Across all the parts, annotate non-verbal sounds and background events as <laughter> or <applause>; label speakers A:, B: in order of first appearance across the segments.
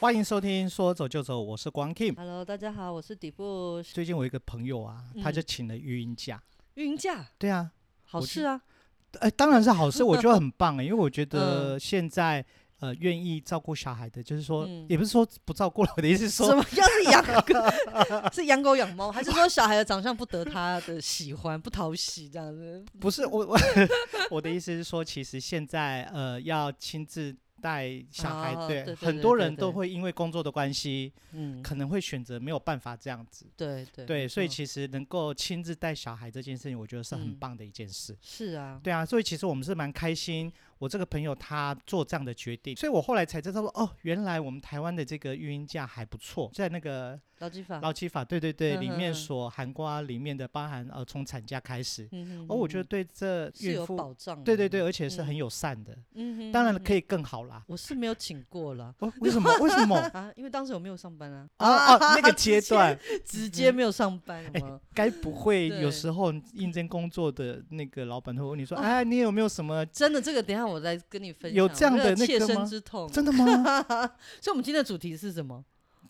A: 欢迎收听《说走就走》，我是光 Kim。
B: Hello，大家好，我是底部
A: 最近我有一个朋友啊，他
B: 嗯
A: 就请了育婴假。
B: 孕假，
A: 对啊，
B: 好
A: 我
B: 事啊，
A: 呃，当然是好
B: <laughs>
A: 事，我觉得很棒、欸，因为我觉得现在呃愿意照顾小孩的，就是说、
B: 嗯
A: 也不是说不照顾了，我的意思是
B: 什
A: 说，
B: 么？ <laughs> 要是
A: <laughs>
B: 养是养狗养猫，还是说小孩的长相不得他的喜欢，不讨喜这样子？
A: 不是我我 <laughs> 我的意思是说，其实现在呃要亲自。带小孩，
B: 哦对对
A: 很
B: 对
A: 多
B: 对
A: 人都
B: 对
A: 会因为工作的关系，
B: 嗯，
A: 可能会选择没有办法这样子。
B: 对对嗯
A: 对，
B: 没
A: 所以
B: 错
A: 其实能够亲自带小孩这件事情，我觉得是很
B: 嗯
A: 棒的一件事。
B: 是啊，
A: 对啊，所以其实我们是蛮开心，我这个朋友他做这样的决定，所以我后来才知道说，哦，原来我们台湾的这个育婴假还不错，在那个
B: 劳基法，
A: 劳基法，对对对，
B: 嗯
A: 里面
B: 嗯嗯
A: 所含瓜里面的，包含呃从产假开始，
B: 嗯
A: 哦，我觉得对这
B: 是
A: 孕
B: 有
A: 妇，
B: 保障的，
A: 对对对，而且是很
B: 嗯
A: 友善的，
B: 嗯哼，
A: 当然可
B: 以，
A: 以更好啦。
B: 我是没有请过了。
A: 哦，为什么？为
B: <laughs>
A: 什么？
B: 啊，因为当时我没有上班
A: <laughs>
B: 啊，
A: 啊啊，那个阶
B: 直接
A: 段，
B: 直接没有上班有吗？
A: 该不会有
B: 对
A: 时候应征工作的那个老板会问你说，
B: 哦
A: 哎，你有没有什么？
B: 真的，这个等一下我再跟你分享。
A: 有这样
B: 我
A: 的
B: 这个
A: 那个
B: 切身
A: 吗
B: 之痛。
A: 真的吗？
B: <laughs> 所以，我们今天的主题是什么？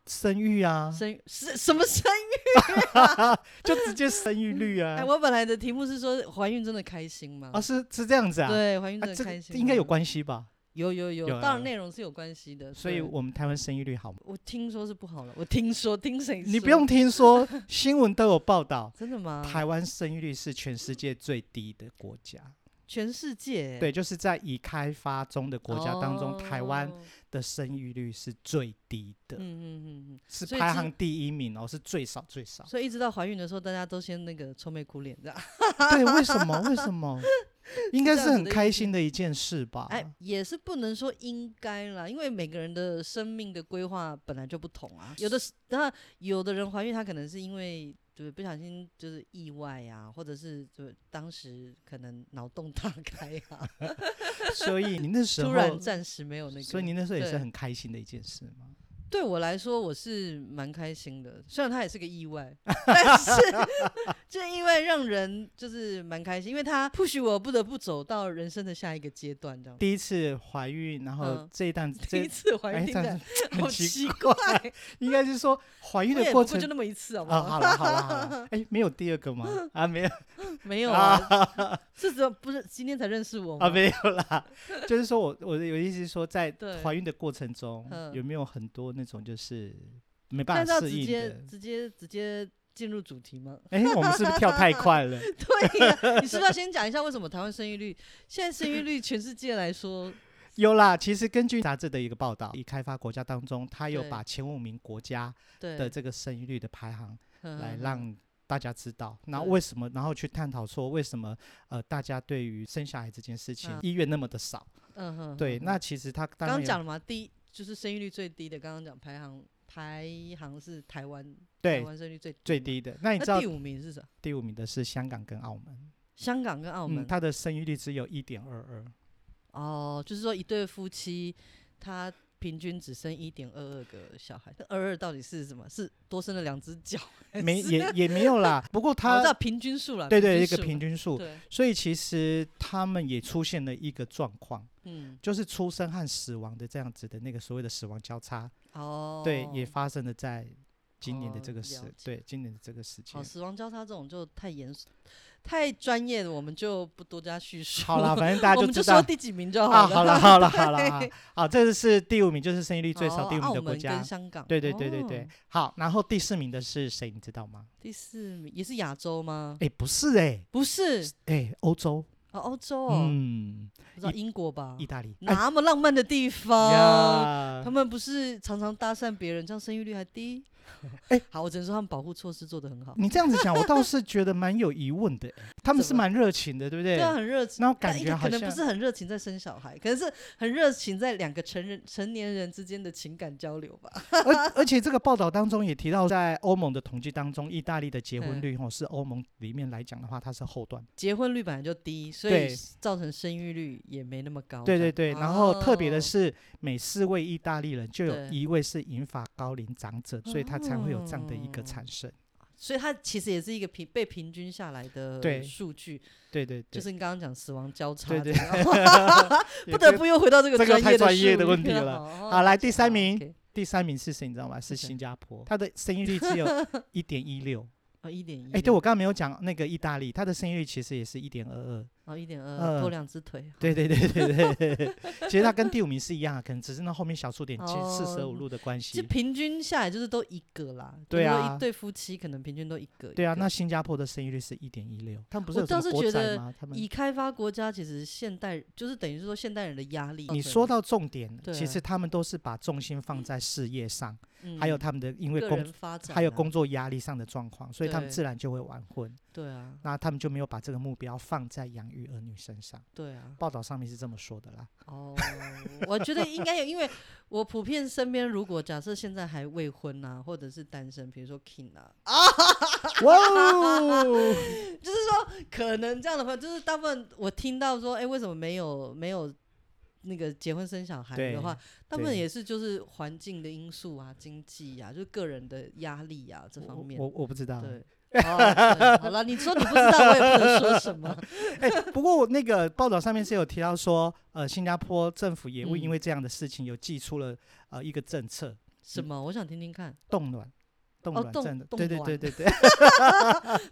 A: 生育啊，
B: 生育是什么生育？
A: 就直接生育率啊。
B: <laughs> 哎，我本来的题目是说怀孕真的开心吗？
A: 啊，是是这样子啊，
B: 嗯对，怀孕
A: 啊，
B: 真
A: 这
B: 的
A: 个
B: 开心吗，
A: 应该有关系吧？
B: 有有有，
A: 有啊
B: 当
A: 有
B: 然内容是有关系的。
A: 所以
B: 对
A: 我们台湾生育率好吗？
B: 我听说是不好了，我听说听谁说？
A: 你不用听
B: <laughs>
A: 说，新闻都有报道，
B: 真的吗？
A: 台湾生育率是全世界最低的国家。
B: 全世界欸
A: 对，就是在已开发中的国家当中，台湾
B: 哦
A: 的生育率是最低的
B: 嗯，嗯嗯
A: 是
B: 所以
A: 排
B: 这
A: 行第一名哦，是最少最少
B: <laughs> 嗯，。所以一直到怀孕的时候，大家都先那个愁眉苦脸的。
A: 对，为什么？为什么？应该
B: 这
A: 是
B: 样
A: 很
B: 子的意
A: 开
B: 思
A: 心的一件事吧？
B: 哎，也是不能说应该啦，因为每个人的生命的规划本来就不同啊。有的是那有的人怀孕，她可能是因为就是不小心就是意外啊，或者是就当时可能脑洞大开啊，
A: 所以你
B: <laughs>
A: 那时候
B: 突，然暂时没有那个。
A: 所以你那时候也是
B: 对
A: 很开心的一件事吗？
B: 对我来说，我是蛮开心的，虽然它也是个
A: <laughs>
B: 意外，但是 <laughs> 这意外让人就是蛮开心，因为它迫使我不得不走到人生的下一个阶段，这样。
A: 第一次怀孕，然后
B: 嗯
A: 这一段
B: <laughs> 第
A: 这
B: 一次怀
A: 哎
B: 孕
A: 这
B: 听
A: 样
B: 起来
A: 很
B: <laughs> 好
A: 奇
B: 奇
A: 怪
B: 怪， <laughs>
A: 应该是说怀孕
B: 我
A: 的
B: 也
A: 过
B: 不过
A: 程
B: 就那么一次，好不
A: 啊， <laughs> 好
B: 好？
A: 了好了好
B: <laughs>
A: 了，哎，没有第二个吗？啊，没有
B: 没有啊，
A: <laughs>
B: 是只有不是今天才认识我吗？
A: 啊，没有啦，就是说我我的有意思是说，在
B: 对
A: 怀孕的过程中，
B: 嗯
A: 有没有很多那种就是没办
B: 但是
A: 法
B: 要
A: 适
B: 直
A: 应
B: 接
A: 的？
B: 直接直接进入主
A: <laughs>
B: 题吗？
A: 哎，我们是不是跳太快
B: <laughs>
A: 了？
B: 对呀、你是不是
A: <laughs>
B: 要先讲一下为什么台湾生育率现在生育率全世界来说，
A: 有啦，其实根据杂志的一个报道，已开发国家当中，它有
B: 对
A: 把前五名国家
B: 对
A: 的这个生育率的排行
B: 嗯
A: 来
B: 嗯嗯
A: 让大家知道，那
B: 对
A: 为什么？然后去探讨说为什么呃，大家对于生小孩这件事情
B: 嗯
A: 意愿那么的少？
B: 嗯哼
A: 对，
B: 嗯
A: 那其实他当
B: 刚
A: 然
B: 刚
A: 有
B: 讲了嘛，第一就是生育率最低的，刚刚讲排行排行是台湾，台
A: 对
B: 湾生育率最低
A: 最
B: 嘛。
A: 低的。那你知
B: 嗯那
A: 道
B: 第五名是啥？
A: 第五名的是香港跟澳门，
B: 香港跟澳门
A: 嗯，、它的生育率只有一点二二，
B: 哦，就是说一对夫妻，他平均只生一点二二个小孩，那二二到底是什么？是多生了两只脚？
A: 没
B: <laughs>
A: 也也没有啦。不过
B: 他知道
A: 它
B: 平均数了，
A: 对对一
B: 数
A: 个平
B: 啦
A: 均数，
B: 对，
A: 所以其实他们也出现了一个状况，
B: 嗯，
A: 就是出生和死亡的这样子的那个所谓的死亡交叉，
B: 哦，
A: 对，也发生了在今年的这
B: 哦
A: 个
B: 了
A: 时
B: 解，
A: 对今年的这个时间
B: 好，。死亡交叉这种就太严肃、太专业的，我们就不多加叙述。
A: 好啦，，反正大家
B: <laughs> 我
A: 就
B: 们
A: 知
B: 就
A: 道
B: 说第几名就
A: 啊，
B: 好
A: 好
B: <laughs> 了，
A: 了好了好了好，
B: 对
A: 好，这是第五名，就是生育率最少
B: 哦
A: 第五名
B: 澳
A: 的国
B: 门
A: 家
B: 跟。香港，
A: 对对对对
B: 哦
A: 对，好，然后第四名的是谁，你知道吗？
B: 第四名也是亚洲吗？
A: 哎，不是哎，
B: 不是，
A: 哎，欧洲，
B: 哦，欧洲哦，
A: 嗯，
B: 不知道英国吧
A: 意？大利，哎
B: 那么浪漫的地方，
A: 呀
B: 他，们不是常常搭讪别人，这样生育率还低？
A: 哎，
B: <laughs> 好，我只能说他们保护措施做得很好，
A: 你这样子讲，我倒是觉得蛮有疑问的欸，他们
B: 怎
A: 是
B: 么
A: 蛮热情的，对不对？
B: 对啊，很热情。
A: 然后感
B: 但一
A: 觉
B: 个
A: 好
B: 可能不
A: 像
B: 是很热情在生小孩，可能是很热情在两个成人成年人之间的情感交流吧。
A: 而而且这个报道当中也提到，在欧盟的统计当中，意大利的结婚
B: 嗯
A: 率哦是欧盟里面来讲的话，它是后段。
B: 结婚率本来就低，所
A: 对
B: 以造成生育率也没那么高。
A: 对
B: 这
A: 对
B: 样
A: 对，然后特别的
B: 哦
A: 是，每四位意大利人就有
B: 对
A: 一位是银发高龄长者，所以他才会有这样的一个
B: 哦
A: 产生。
B: 所以它其实也是一个平被平均下来的
A: 对
B: 数据，
A: 对对
B: 就
A: 对，
B: 是你刚刚讲死亡交叉
A: 对
B: 的，
A: 对啊 <laughs>
B: 然后不得不又回到这个
A: 这个太
B: 业的
A: 专业
B: 术
A: 的
B: 语
A: 问题了
B: <laughs> 了。
A: 啊好，来第三名，
B: ，OK
A: 第三名是谁？你知道吗？是
B: 是谁
A: 新加坡，它的生育率
B: <laughs>
A: 只有一点一六。
B: 哦，一点一，
A: 哎，对我刚刚没有讲那个意大利，它的生育率其实也是一点二二。
B: 哦，一点
A: 呃
B: 二，多两只腿，啊
A: 对对对对对对， <laughs> 其实它跟第五名是一样的，可能只是那后面小数点进四舍五
B: 哦
A: 入的关
B: 这
A: 系。
B: 平均下来就是都一个啦，
A: 对
B: 就是说
A: 啊
B: 一对夫妻可能平均都一个，
A: 对啊，
B: 一个
A: 那新加坡的生育率是一点一六，他们不是
B: 我
A: 有什
B: 倒
A: 么
B: 是
A: 国
B: 觉
A: 宅
B: 得
A: 吗？他们
B: 已开发国家其实现代就是等于是说现代人的压力，
A: 你说到重点，
B: 对
A: 其
B: 啊
A: 实他们都是把重心放在事业上，
B: 嗯
A: 还有他们的因为
B: 个
A: 工
B: 人发展啊，
A: 还有工作压力上的状况，所以他们
B: 对
A: 自然就会晚婚，
B: 对啊，
A: 那他们就没有把这个目标放在养育儿女身上。
B: 对啊，
A: 报道上面是这么说的啦，
B: 哦，我觉得应该有，因为我普遍身边如果假设现在还未婚啊，或者是单身，比如说 King 啊，
A: 哇哦，
B: 就是说可能这样的话，就是大部分我听到说，哎、为什么没有没有那个结婚生小孩
A: 对
B: 的话，大部分
A: 对
B: 也是就是环境的因素啊、经济啊，就是个人的压力啊 <laughs> 这方
A: 我
B: 面。
A: 我我不知道。
B: 对。哦，对好了，你说你不知道，我也不能说什么。
A: 哎，不过那个报道上面是有提到说，呃，新加坡政府也会因
B: 嗯
A: 为这样的事情有寄出了呃一个政策，
B: 什
A: 嗯
B: 么？我想听听看。
A: 冻卵，冻
B: 哦
A: 卵
B: 冻
A: 政策，
B: 冻
A: 对对
B: 卵
A: 对对对。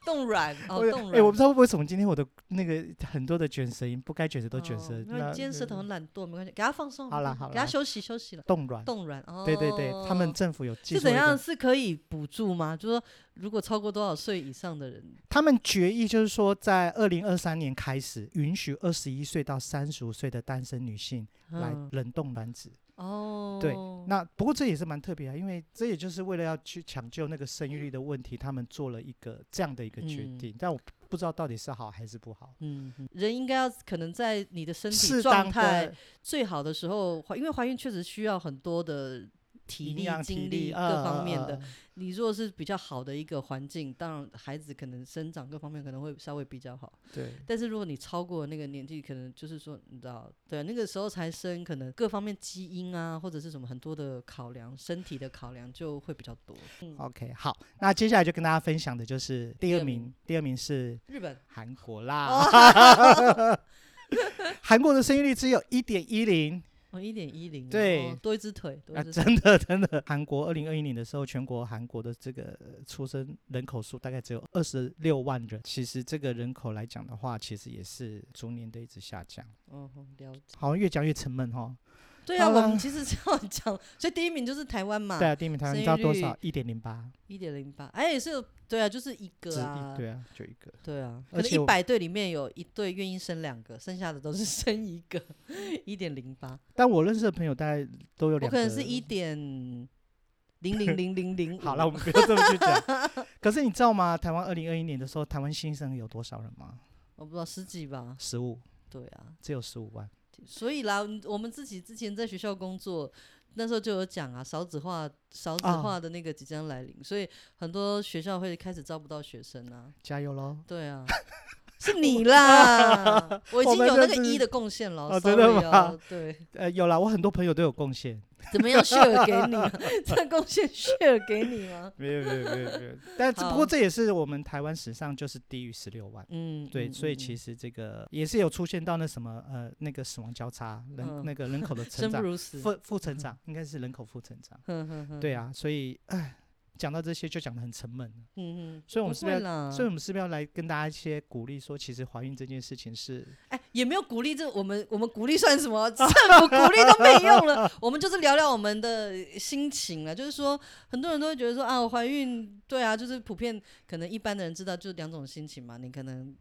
B: 冻卵哦，
A: <laughs> 我
B: 冻
A: 哎、
B: 卵。
A: 我不知道为什么今天我的那个很多的卷舌音，不该卷舌都卷
B: 哦
A: 舌。
B: 没关系
A: 那
B: 今天舌头很懒惰，没关系，给他放松。
A: 好啦
B: 放松
A: 好
B: 给他
A: 啦
B: 休息休息了。
A: 冻卵，
B: 冻卵哦，
A: 嗯对对对，他们政府有技术
B: 是怎样是可以补助吗？就是说，如果超过多少岁以上的人，
A: 他们决议就是说，在二零二三年开始，允许二十一岁到三十五岁的单身女性来
B: 嗯
A: 冷冻卵子。
B: 哦，
A: 对那不过这也是蛮特别啊，因为这也就是为了要去抢救那个生育率的问题，他们做了一个这样的一个决
B: 嗯
A: 定，但我不知道到底是好还是不好。
B: 嗯，嗯人应该要可能在你的身体
A: 适
B: 状
A: 当
B: 态
A: 的
B: 最好的时候，怀因为怀孕确实需要很多的体
A: 营
B: 力、
A: 养、体
B: 精
A: 力
B: 力各
A: 呃
B: 方面的。
A: 呃
B: 你如果是比较好的一个环境，当然孩子可能生长各方面可能会稍微比较好。
A: 对。
B: 但是如果你超过那个年纪，可能就是说，你知道，对啊，那个时候才生，可能各方面基因啊，或者是什么很多的考量，身体的考量就会比较多。嗯，
A: OK，好，那接下来就跟大家分享的就是第二
B: 第二名
A: 名，第二名是
B: 日本
A: 韩国啦。
B: 哦 <laughs>
A: 韩国的生育率只有一点一零
B: 哦，一点一零，
A: 对
B: 哦多一只腿，多
A: 啊，
B: 一只腿，
A: 真的 <laughs> 真的。韩国二零二一年的时候，全国韩国的这个呃出生人口数大概只有二十六万人，其实这个人口来讲的话，其实也是逐年的一直下降，
B: 哦，了解。
A: 好像越讲越沉闷哈。
B: 对啊，
A: 好
B: 我
A: 啦
B: 们其实这样讲， <laughs> 所以第一名就是台湾嘛，
A: 对啊，第一名台湾
B: 生
A: 你知道
B: 育
A: 多
B: 率
A: 少？一点零八，
B: 一点零八，哎，也是有，对啊，就是一
A: 只
B: 个啊
A: 一，对啊，就一个。
B: 对啊，可
A: 而
B: 能
A: 且
B: 一
A: 我
B: 百对里面有一对愿意生两个，剩下的都是生一个， <laughs> 一点零八。
A: 但我认识的朋友大概都有
B: 我
A: 两
B: 可
A: 个。
B: 能是一点零零零零零。
A: 好了，我，们不要这么去
B: <laughs>
A: 讲。可是你知道吗？台湾二零二一年的时候，台湾新生有多少人吗？
B: 我不知道十几吧？
A: 十五，
B: 对啊，
A: 只有十五万。
B: 所以啦，嗯我们自己之前在学校工作，那时候就有讲啊，少子化，少子
A: 啊
B: 化的那个即将来临，所以很多学校会开始招不到学生啊。
A: 加油喽！
B: 对 <laughs> 啊。是你啦，我已 <laughs>
A: 我
B: 经
A: 们
B: 有那
A: 就
B: 个
A: 是
B: 一的贡献了，
A: 哦
B: sorry
A: 真的吗
B: 哦？对，
A: 呃，有啦，我很多朋友都有贡献。
B: 怎么样 share 给
A: <laughs>
B: 你啊？这贡献 share 给你吗？
A: 没有，没有，没有，没有。但只不过
B: 好
A: 这也是我们台湾史上就是低于十六万。
B: 嗯，
A: 对，
B: 嗯
A: 所以
B: 嗯
A: 其
B: 嗯
A: 实这个也是有出现到那什么呃那个死亡交叉人、
B: 嗯
A: 那个人
B: <laughs>
A: 口的成
B: 生不
A: 长
B: 如嗯死。
A: 负负成
B: <laughs>
A: 长，应该是人口负成长。
B: 哼哼哼
A: 对啊，所以唉，讲到这些就讲的很沉闷了。
B: 嗯嗯，
A: 所以我
B: 不
A: 们是不是
B: 会
A: 要
B: 啦
A: 所以我们是不是要来跟大家一些鼓励，说其实怀孕这件事情是
B: 哎，也没有鼓励这我们，我们鼓励算什么？政府鼓励都没用了。我们就是聊聊我们的心情了。就是说，很多人都会觉得说啊，我怀孕，对啊，就是普遍可能一般的人知道就是两种心情嘛。你可能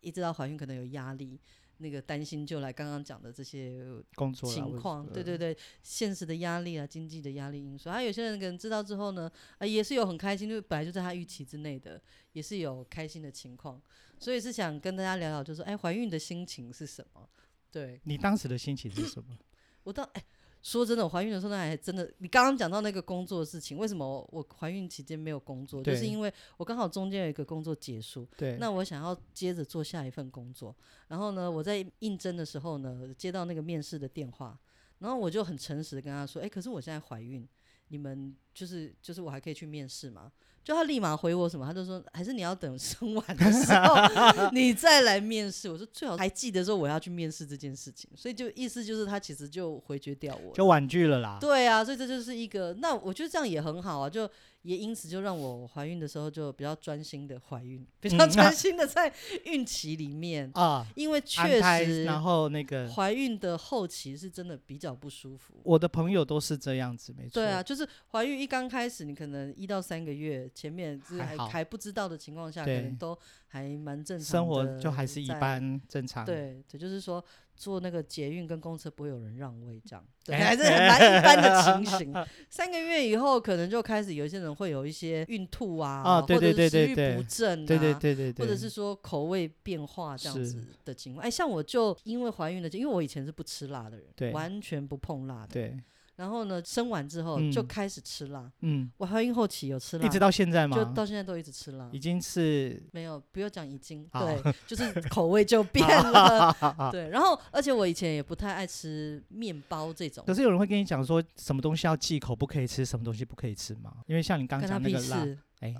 B: 一知道怀孕，可能有压力，那个担心就来刚刚讲的这些
A: 工作啦或
B: 情
A: 者
B: 况，
A: 是呃
B: 对对对，现实的压力啊，经济的压力因素。啊，有些人可能知道之后呢，啊，也是有很开心，就本来就在他预期之内的，也是有开心的情况。所以是想跟大家聊聊，就是说，哎，怀孕的心情是什么？对
A: 你当时的心情是什么？
B: 我当哎，说真的，我怀孕的时候那还真的，你刚刚讲到那个工作的事情，为什么我我怀孕期间没有工作？就是
A: 对
B: 因为我刚好中间有一个工作结束，
A: 对，
B: 那我想要接着做下一份工作，然后呢，我在应征的时候呢，接到那个面试的电话，然后我就很诚实的跟他说，哎、可是我现在怀孕，你们就是就是我还可以去面试吗？就他立马回我什么，他就说还是你要等生完的时 <laughs> 候你再来面试。我说最好还记得说我要去面试这件事情，所以就意思就是他其实就回绝掉我了。
A: 就婉拒了啦。
B: 对啊，所以这就是一个，那我觉得这样也很好啊，就也因此就让我怀孕的时候就比较专心的怀孕，比较
A: 嗯
B: 专心的在孕期里面，
A: 啊，
B: 因为
A: 安
B: 确
A: 胎
B: 实
A: 然后那个
B: 怀孕的后期是真的比较不舒服。
A: 我的朋友都是这样子，没错。
B: 对啊，，就是怀孕一刚开始，你可能一到三个月前面就是
A: 还
B: 还
A: 好
B: 还不知道的情况下，可
A: 对
B: 能都还蛮正常的，
A: 生活就还是一。般正常。，
B: 对，这就是说坐那个捷运跟公车不会有人让位，这样对，
A: 哎
B: 还是很难一般的情
A: <laughs>
B: 形。三个月以后，可能就开始有一些人会有一些孕吐啊，
A: 啊对对对对
B: 或者是食
A: 对
B: 欲不振啊，
A: 对对对对对，
B: 或者是说口味变化这样
A: 是
B: 子的情况。哎，像我就因为怀孕了，因为我以前是不吃辣的人，
A: 对
B: 完全不碰辣的。
A: 对，
B: 然后呢，生完之后
A: 嗯
B: 就开始吃辣，
A: 嗯，
B: 我怀孕后期有吃辣，
A: 一直到现在
B: 就
A: 吗？
B: 到现在都一直吃辣
A: 已。经是
B: 没有，不要讲已经，
A: 好
B: 对，就是
A: <laughs>
B: 口味就变了。对，然后而且我以前也不太爱吃面包这种
A: 可，是有人会跟你讲说，什么东西要忌口，不可以吃，什么东西不可以吃吗？因为像你刚
B: 跟他
A: 讲那
B: 屁
A: 个辣，
B: 事。 <laughs>
A: 哎，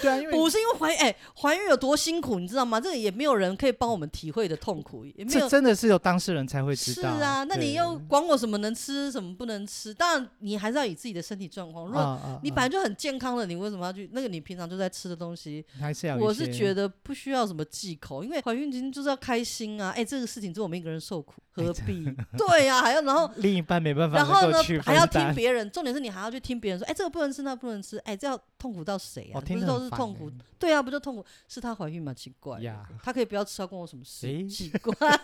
A: 对啊，因为
B: 不是因为怀哎怀孕有多辛苦，你知道吗？这个也没有人可以帮我们体会的痛苦，也没
A: 这
B: 有。
A: 真的是有当事人才会知
B: 是
A: 道。
B: 啊，那
A: 对
B: 你又管我什么能吃，什么不能吃？当然，你还是要以自己的身体状况。如
A: 啊
B: 果
A: 啊
B: 你
A: 啊
B: 本来就很健康了，你为什么要去那个你平常就在吃的东西？
A: 还是要有一
B: 我是
A: 些
B: 觉得不需要什么忌口，因为怀孕期间就是要开心啊！哎、这个事情只有我们一个人受苦，
A: 哎
B: 何必？对呀、还
A: <laughs>
B: 要然后
A: 另一半没办法
B: 然后
A: 能
B: 呢
A: 够去
B: 还要
A: 分
B: 听
A: 担，
B: 别人，重点是你还要去听别人说，哎、这个不能吃，那不能吃，哎、这要痛苦到谁
A: 哦，
B: 啊？不
A: 听
B: 是
A: 着
B: 都
A: 很
B: 是
A: 烦
B: 痛
A: 欸
B: 苦？对啊，不就痛苦？是她怀孕嘛，奇怪
A: 呀
B: 了，她可以不要吃，要关我什么
A: 诶
B: 事？奇怪， <laughs>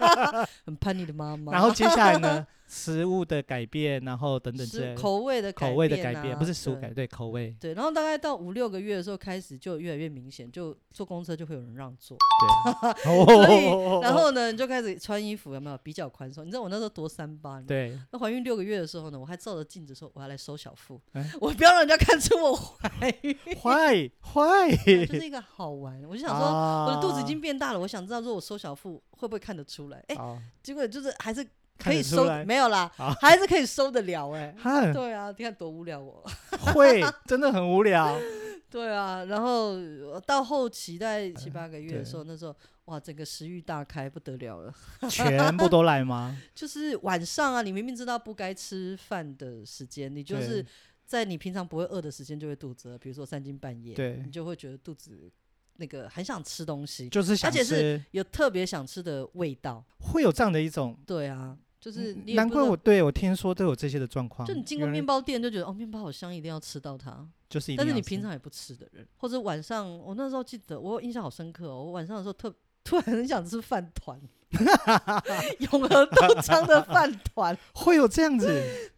B: 很叛逆的妈妈。
A: 然后接下来
B: <laughs>
A: 呢，食物的改变，然后等等之类
B: 是
A: 的
B: 口味的
A: 口味的改
B: 变
A: 变，
B: 啊，
A: 不是食物
B: 对
A: 改对口味，
B: 对，然后大概到五六个月的时候开始就越来越明显，就坐公车就会有人让座。
A: 对。
B: 所
A: 哦
B: 以，然后呢，你就开始穿衣服，有没有比较宽松？你知道我那时候多三八，你知道吗
A: 对，
B: 那怀孕六个月的时候呢，我还照着镜子说我要来收小腹，
A: 哎
B: 我不要让人家看出我怀孕，
A: 坏坏，
B: 就是一个好玩。我就想
A: <laughs>
B: 说，我的
A: 我
B: 肚子已经变大
A: 啊
B: 了，我想知道说我收小腹会不会看得出来？哎、
A: 哦
B: 结果就是还是可
A: 看
B: 以
A: 得出
B: 收
A: 来，啊
B: 没有啦
A: 好，
B: 还是可以收得了
A: <laughs>
B: 哎、
A: 很
B: 对啊，你看多无聊我。
A: 会，真的很无聊。
B: <laughs> 对啊，然后呃到后期在七八个月
A: 对
B: 的时候，那时候哇，整个食欲大开，不得了了。
A: 全部都来吗？
B: 就是晚上啊，你明明知道不该吃饭的时间，你就是
A: 对
B: 在你平常不会饿的时间就会肚子饿，比如说三更半夜，
A: 对
B: 你就会觉得肚子那个很想吃东西，
A: 就是想
B: 而且是
A: 吃，
B: 有特别想吃的味道。
A: 会有这样的一种，
B: 对啊，就是你也
A: 嗯难
B: 不
A: 怪
B: 知道
A: 我对我听说都有这些的状况。
B: 就你经过
A: 原来
B: 面包店就觉得哦，面包好香，一定要吃到它。
A: 就是一定要吃，
B: 但是你平常也不吃的人，或者晚上，我那时候记得我印象好深刻哦，我晚上的时候特 <laughs> 突然很想吃饭
A: <laughs>
B: 团， <laughs> 永和豆浆的饭团。
A: 会有这样子，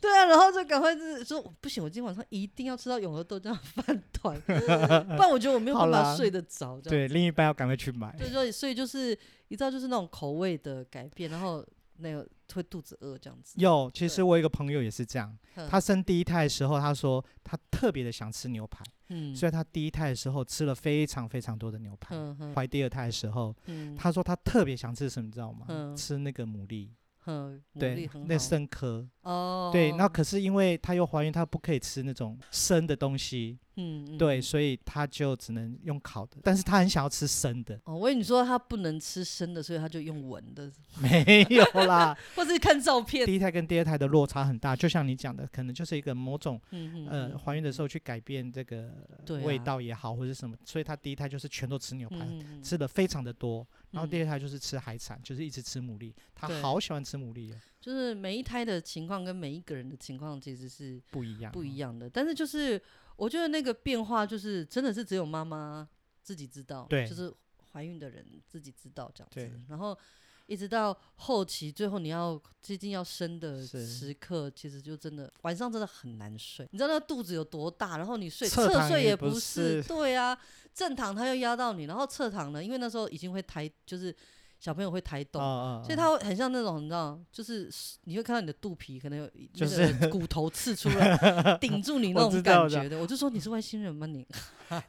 B: 对啊，然后就赶快就是说不行，我今天晚上一定要吃到永和豆浆饭团， <laughs> 不然我觉得我没有
A: 好
B: 办
A: 啦
B: 法睡得着。这样，
A: 对，另一半要赶快去买。
B: 对，所以所以就是你知道，就是那种口味的改变，然后那个会肚子饿这样子。
A: 有，其实
B: 对
A: 我有一个朋友也是这样，
B: 嗯
A: 他生第一胎的时候，他说他特别的想吃牛排，
B: 嗯
A: 所以他第一胎的时候吃了非常非常多的牛排。
B: 嗯哼
A: 怀第二胎的时候，
B: 嗯
A: 他说他特别想吃什么，你知道吗？
B: 嗯
A: 吃那个牡蛎，
B: 嗯，牡蛎
A: 对
B: 很，
A: 那
B: 好
A: 生科，
B: 哦，
A: 对。那可是因为她又怀孕，她不可以吃那种生的东西，
B: 嗯嗯
A: 对，所以她就只能用烤的。但是她很想要吃生的， <laughs>
B: 哦，我以为你说他不能吃生的，所以他就用闻的，
A: 没有啦。
B: <laughs> 或者是看照片。
A: 第一胎跟第二胎的落差很大，就像你讲的，可能就是一个某种
B: 嗯嗯，
A: 呃
B: 嗯
A: 怀孕的时候去改变这个
B: 对
A: 味
B: 啊
A: 道也好，或者是什么，所以她第一胎就是全都吃牛排，
B: 嗯嗯嗯
A: 吃的非常的多。然后
B: 嗯
A: 第二胎就是吃海产，就是一直吃牡蛎，她
B: 对
A: 好喜欢吃牡蛎哦，
B: 就是每一胎的情况跟每一个人的情况其实是
A: 不一样，哦
B: 不一样的。但是就是我觉得那个变化，就是真的是只有妈妈自己知道，
A: 对
B: 就是怀孕的人自己知道这样
A: 对
B: 子。然后一直到后期，最后你要接近要生的
A: 是
B: 时刻，其实就真的晚上真的很难睡。你知道那肚子有多大，然后你睡
A: 侧
B: 侧
A: 躺
B: 睡
A: 也不
B: 不
A: 是
B: 对啊，正躺它又压到你，然后侧躺呢，因为那时候已经会抬，就是。小朋友会抬
A: 哦
B: 动，
A: 哦，
B: 所以
A: 哦
B: 它会很像那种，你知道，就是你会看到你的肚皮可能有
A: 就
B: 那个骨头刺出来，
A: <laughs>
B: 顶住你那
A: 我
B: 种
A: 知道
B: 感
A: 我知道
B: 觉的。我就说你是外星人吗？
A: <laughs>
B: 你哦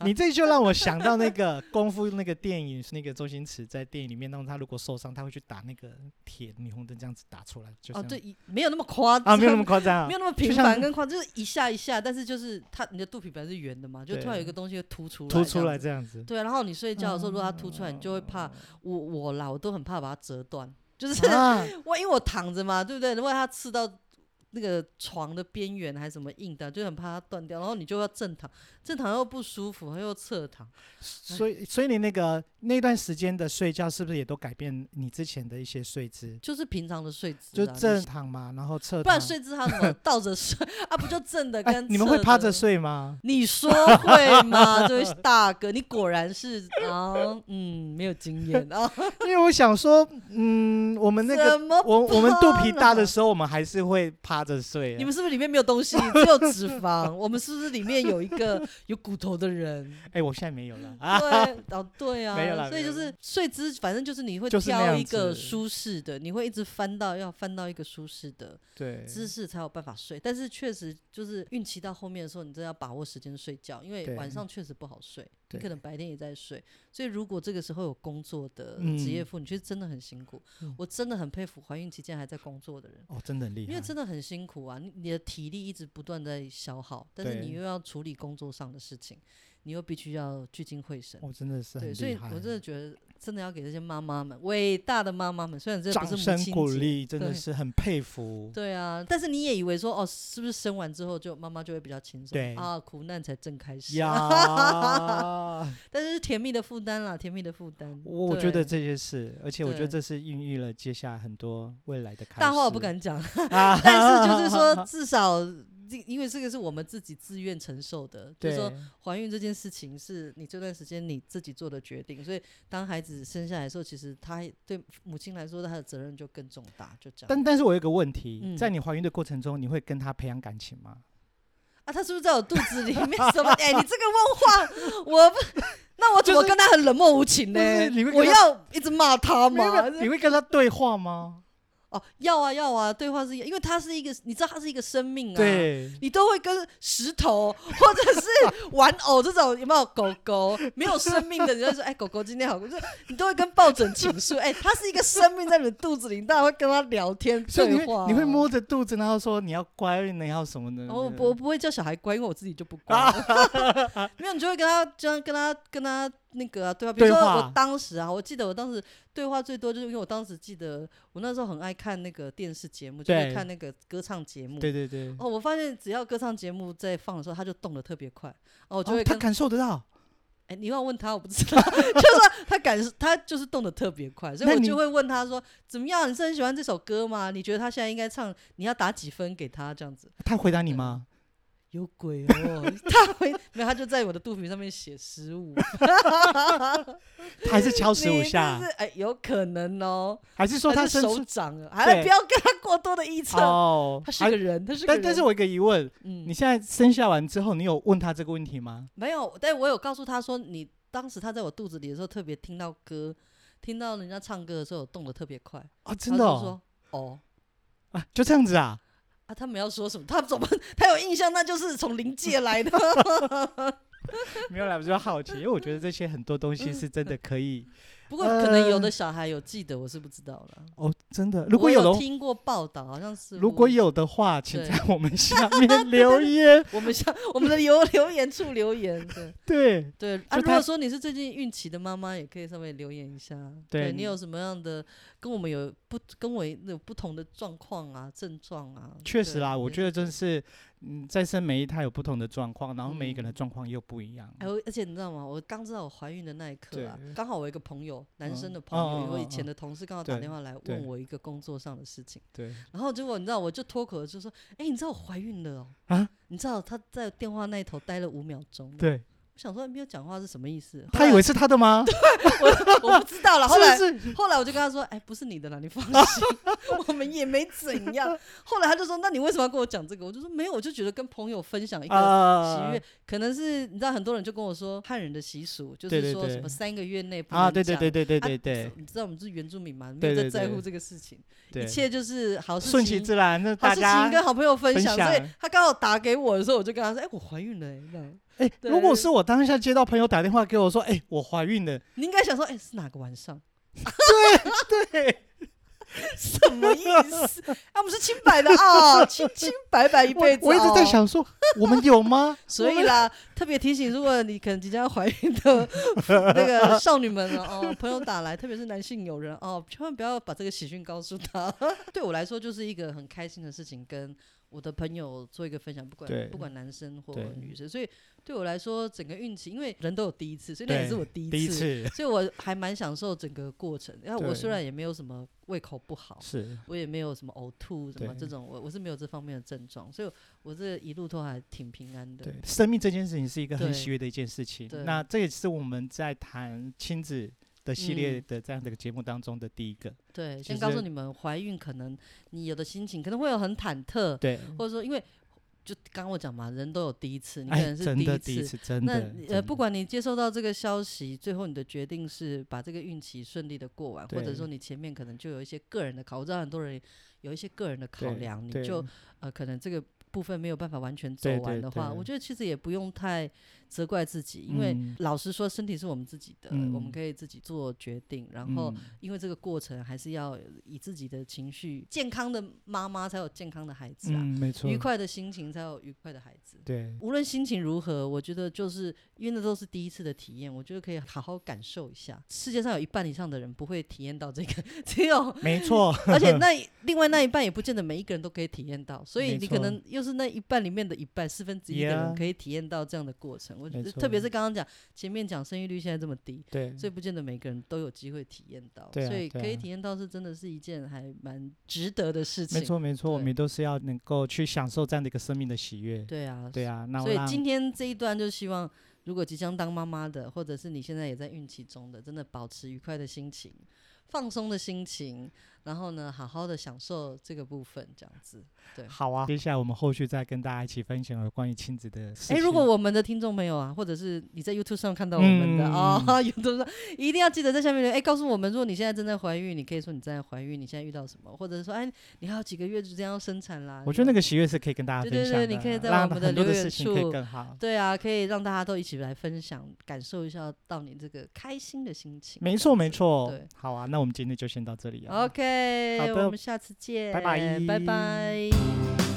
A: 你这就让我想到那
B: <laughs>
A: 个功夫那个电影，那个周星驰在电影里面，当他如果受伤，他会去打那个铁霓虹灯，这样子打出来，就
B: 哦，
A: 这样
B: 对，没有那么夸张，
A: 啊，没
B: <laughs>
A: 有那么夸张啊，
B: 没有那么
A: 就
B: 频
A: 像
B: 繁跟夸张，就是一下一下，但是就是它你的肚皮本来是圆的嘛，就
A: 对
B: 突然有一个东西会凸出来，
A: 凸出来。这样子。
B: 对，然后你睡觉的时候，如果它凸出来，你就会怕我我啦，我都很怕把它折断，就是、
A: <laughs> 啊，
B: 我因为我躺着嘛，对不对？如果它刺到那个床的边缘还是什么硬的，就很怕它断掉，然后你就要正躺，正躺又不舒服，又侧躺。
A: 所以所以你那个那段时间的睡觉是不是也都改变你之前的一些睡姿？
B: 就是平常的睡姿、
A: 就
B: 啊，
A: 正躺嘛，然后侧
B: 不然
A: 躺。
B: 睡姿还有什么倒着睡啊？不就正的
A: 哎，
B: 跟、
A: 你们会趴着？睡
B: <laughs>
A: 吗？
B: 你说会
A: <laughs>
B: 吗，这位大哥？你果然是啊，嗯，没有经
A: <laughs>
B: 验啊。
A: 因为我想说，嗯，我们那个
B: 怎么
A: 我我们肚
B: <laughs>
A: 皮大
B: 办
A: 的
B: 啊
A: 时候，我们还是会趴着睡啊。
B: 你们是不是里面没有东西， <laughs> 只有脂肪？我们是不是里面有一个有骨头的人？
A: 哎，我现在没有了啊。
B: 对，哦，对
A: <laughs>
B: 啊，
A: 没有啦
B: 所以
A: 没有
B: 就是睡姿，反正就是你会
A: 就是那
B: 挑
A: 样
B: 一个
A: 子
B: 舒适的，你会一直翻到要翻到一个舒适的
A: 对，
B: 姿势才有办法睡。但是确实就是孕期到后面的时候，你真的要把握时间睡觉，因为
A: 对
B: 晚上确实不好睡，你
A: 对
B: 可能白天也在睡。所以如果这个时候有工作的
A: 嗯
B: 职业妇女，其实真的很辛苦。
A: 嗯
B: 我真的很佩服怀孕期间还在工作的人。
A: 哦，真的很厉害。
B: 因为真的很辛苦啊，你你的体力一直不断在消耗，但是
A: 对
B: 你又要处理工作上的事情，你又必须要聚精会神。
A: 哦我、真的是很
B: 对，所
A: 厉
B: 以
A: 害，
B: 我真的觉得，真的要给这些妈妈们，伟大的妈妈们，虽然这不
A: 掌
B: 是母
A: 声
B: 亲
A: 鼓
B: 节，
A: 励，真的
B: 对
A: 是很佩服。
B: 对啊，但是你也以为说，哦，是不是生完之后就妈妈就会比较轻松？
A: 对
B: 啊，苦难才正开始，
A: 呀，
B: <laughs> 但是是甜蜜的负担啦，甜蜜的负担。
A: 我我觉得
B: 对
A: 这些事，而且我觉得
B: 对
A: 这是孕育了接下来很多未来的开始。
B: 大话我不敢
A: <laughs>
B: 讲，
A: 啊，
B: 但是就
A: <laughs>
B: 是说，至少这因为这个是我们自己自愿承受的，就
A: 对
B: 是说怀孕这件事情是你这段时间你自己做的决定，所以当孩子生下来的时候，其实他对母亲来说，他的责任就更重大，就这样。
A: 但但是我有一个问题，
B: 嗯
A: 在你怀孕的过程中，你会跟他培养感情吗？
B: 啊，他是不是在我肚子里面 <laughs> 什么？哎、你这个问话，我不， <laughs> 那我怎么
A: 就是
B: 跟他很冷漠无情呢？
A: 就是你会跟
B: 我
A: 他
B: 要一直骂他
A: 没有
B: 吗？
A: 没有你会跟他对话吗？
B: 哦，要啊要啊，对话是一个，因为他是一个，你知道他是一个生命啊。。
A: 对，
B: 你都会跟石头或者是玩偶这种有没有狗狗没有生命的，你就会说 <laughs> 哎、狗狗今天好，就是你都会跟抱枕倾诉，哎、它是一个生命在你的肚子里，你当然会跟它聊天
A: 所以你
B: 对话
A: 会你会。摸着肚子，然后说你要乖，你要什么的。
B: 然后哦我不我不会叫小孩乖，因为我自己就不乖。 <laughs> 没有，你就会跟他这样跟他跟他那个、啊、对话。比如
A: 对
B: 说
A: 话
B: 我当时啊，我记得我当时对话最多，就是因为我当时记得我那时候很爱看那个电视节目，就
A: 对
B: 是看那个歌唱节目。
A: 对对对，
B: 哦，我发现只要歌唱节目在放的时候，他就动得特别快，哦，我就
A: 哦
B: 会
A: 他
B: 跟，哎、
A: 感受得到。
B: 你要问他，我不知道， <laughs> 就是说他感，他就是动得特别快，所以
A: 那
B: 我
A: 你
B: 就会问他说，怎么样？你是很喜欢这首歌吗？你觉得他现在应该唱，你要打几分给他这样子？
A: 他回答你吗？
B: 有鬼哦，他会没有，他就在我的肚皮上面写十五，
A: 他还是敲十
B: 你
A: 五
B: 这
A: 下
B: 是？哎，有可能哦，
A: 还是说他
B: 还
A: 伸
B: 是手
A: 出
B: 掌啊，还
A: 对
B: 不要跟他过多的臆测，
A: 哦，
B: 他是个人，他是个
A: 但
B: 人，
A: 但是我有一个疑问，
B: 嗯
A: 你现在生下完之后，你有问他这个问题吗？
B: 没有，但我有告诉他说，你当时他在我肚子里的时候，特别听到歌，听到人家唱歌的时候，动得特别快。
A: 啊，真的
B: 他就
A: 哦，
B: 说哦
A: 啊，就这样子
B: <laughs>
A: 啊，
B: 啊，他们要说什么？他怎么他有印象？那就是从灵界来的。
A: 没有啦，我就好奇，因为我觉得这些很多东西是
B: 嗯
A: 真的可
B: <laughs>
A: 以
B: <laughs> 不过可
A: 呃
B: 能有的小孩有记得，我是不知道了。
A: 哦，真的，如果
B: 我
A: 有
B: 有
A: 的，
B: 听过报道，好像是
A: 如果
B: 有
A: 有的话，请
B: 对
A: 在我们下面留言。
B: 我们像 <laughs> 我们的留留言处留言，对
A: 对，
B: 对
A: 就
B: 啊。如
A: 他
B: 果说你是最近孕期的妈妈，也可以上面留言一下，
A: 对
B: 你
A: 你
B: 有什么样的跟我们有不跟我有不同的状况啊、症状啊？
A: 确实
B: 对
A: 啦，我
B: 对
A: 觉得真是，嗯，再生每一胎有不同的状况，然后每一个人的状况又不一样。
B: 哎，我而且你知道吗？我刚知道我怀孕的那一刻啊，
A: 对
B: 刚好我一个朋友，男生的
A: 嗯
B: 朋友，
A: 嗯嗯
B: 我以
A: 嗯
B: 前的同事刚好打
A: 对
B: 电话来
A: 对
B: 问我一个工作上的事情，
A: 对，
B: 然后结果你知道，我就脱口而出说：“哎，你知道我怀孕了哦！”
A: 啊，
B: 你知道他在电话那一头待了五秒钟，
A: 对，
B: 我想说没有讲话是什么意思？后
A: <laughs> 他以
B: 来
A: 为是他的
B: <laughs>
A: 吗？
B: 我我不知
A: <laughs>
B: 道了，后来
A: 是不是
B: 后来我就跟他说：“哎，不是你的啦，你
A: <laughs>
B: 放心，我们也没怎样。”后来他就说：“那你为什么要跟我讲这个？”我就说：“没有，我就觉得跟朋友分享一个喜
A: 啊
B: 悦，可能是你知道，很多人就跟我说汉人的习俗就
A: 对
B: 是
A: 对
B: 说什
A: 对
B: 么三个月内不
A: 啊！
B: 能
A: 对对
B: 讲
A: 对对对
B: 啊
A: 对对
B: 你知道我们是原住民嘛，没
A: 对
B: 有在
A: 对
B: 在
A: 对
B: 乎这个事情，
A: 对，
B: 一切就是好事
A: 顺其
B: 情。”
A: 自然。那
B: 好
A: 大
B: 事情
A: 家
B: 跟好朋友分
A: 分
B: 享，所以
A: 享
B: 他刚好打给我的时候，我就跟他说：“哎、我怀孕了、欸。”这样，
A: 哎，
B: 对
A: 如果是我当下接到朋友打电话给我说，哎，我怀孕了，
B: 你应该想说：“哎、是哪个晚上？
A: 对，
B: 什么意思？ <laughs> 啊，我们是清白的啊，清清白白一
A: 我
B: 辈子。
A: 我一直在
B: 哦
A: 想说，我们有吗？
B: <laughs> 所
A: 我
B: 以
A: 们
B: 啦，特别提醒，如果你可能即将怀孕的那个少女们
A: <laughs>
B: 哦，哦朋友打来，特别是男性友人哦，千万不要把这个喜讯告诉他。 <laughs> 对我来说，就是一个很开心的事情，跟我的朋友做一个分享，不
A: 对
B: 管不管男生或
A: 对
B: 女生，所以对我来说，整个孕期，因为人都有第一次，所以那也
A: 对
B: 是我第一
A: 第一
B: <laughs>
A: 次
B: 所以我还蛮享受整个过程。然后我
A: 对
B: 虽然也没有什么胃口不好，
A: 是
B: 我也没有什么呕吐什么
A: 对
B: 这种，我我是没有这方面的症状，所以我这一路都还挺平安的
A: 对。生命这件事情是一个很
B: 对
A: 喜悦的一件事情
B: 对。
A: 那这也是我们在谈亲子的系列
B: 嗯
A: 的这样的一个节目当中的第一个。
B: 对，
A: 其
B: 先告诉
A: 实
B: 你们，怀孕可能你有的心情可能会有很忐忑，
A: 对，
B: 或者说因为就刚刚我讲嘛，人都有第一次，你可
A: 哎，
B: 能是
A: 真的
B: 第
A: 第一次，真
B: 那
A: 的
B: 你呃，
A: 真
B: 不
A: 的
B: 管你接收到这个消息，最后你的决定是把这个孕期顺利的过完，或者
A: 对
B: 说你前面可能就有一些个人的考，我知道很多人有一些个人的考
A: 对
B: 量，你
A: 对
B: 就呃可能这个部分没有办法完全走
A: 对
B: 完
A: 对
B: 的话，
A: 对
B: 我觉得其实也不用太责怪自己，因为
A: 嗯
B: 老实说，身体是我们自己的，我们
A: 嗯
B: 可以自己做决定，然后
A: 嗯
B: 因为这个过程还是要以自己的情绪，健康的妈妈才有健康的孩子啊，
A: 嗯，没错
B: 愉，快的心情才有愉快的孩子。
A: 对，
B: 无论心情如何，我觉得就是因为那都是第一次的体验，我觉得可以好好感受一下。世界上有一半以上的人不会体验到这个， <laughs> 只有
A: 没错，
B: 而且那另外那一半也不见得每一个人都可以体验到，所以
A: 没
B: 你可
A: 错
B: 能又是那一半里面的一半，四分之一的
A: Yeah
B: 人可以体验到这样的过程。我觉
A: 没
B: 得
A: 错
B: 特别是刚刚讲前面讲生育率现在 <laughs> 这么低，
A: 对，
B: 所以不见得每个人都有机会体验到，
A: 对啊
B: 所以
A: 对
B: 可以
A: 啊
B: 体验到是真的是一件还蛮值得的事情。
A: 没错，没错，我
B: 对
A: 们都是要能够去享受这样的一个生命的喜悦。
B: 对啊，
A: 对啊，那
B: 所以
A: 让
B: 今天这一段就希望，如果即将当妈妈的，或者是你现在也在孕期中的，真的保持愉快的心情、放松的心情，然后呢，好好的享受这个部分，这样子。对。
A: 好啊，接下来我们后续再跟大家一起分享有关于亲子的事
B: 哎、
A: 情。
B: 如果我们的听众朋友啊，或者是你在 YouTube 上看到我
A: 嗯
B: 们的啊、哦、，YouTube <laughs> 上一定要记得在下面留言，哎、告诉我们，如果你现在正在怀孕，你可以说你正在怀孕，你现在遇到什么，或者是说，哎，你还有几个月就这样要生产啦。
A: 我觉得那
B: 个
A: 个喜悦是可以跟大家
B: 对
A: 分
B: 对
A: 享的，
B: 对你可以在
A: 让
B: 我们的
A: 很多的
B: 留言
A: 事情可
B: 处
A: 以更好。
B: 对啊，可以让大家都一起来分享，感受一下到你这个开心的心情。
A: 没
B: 这
A: 错，
B: 样
A: 没
B: 子
A: 错
B: 对。
A: 好啊，那我们今天就先到这里啊。
B: OK，
A: 好
B: 我
A: 的
B: 们下次见，
A: 拜拜
B: 拜拜。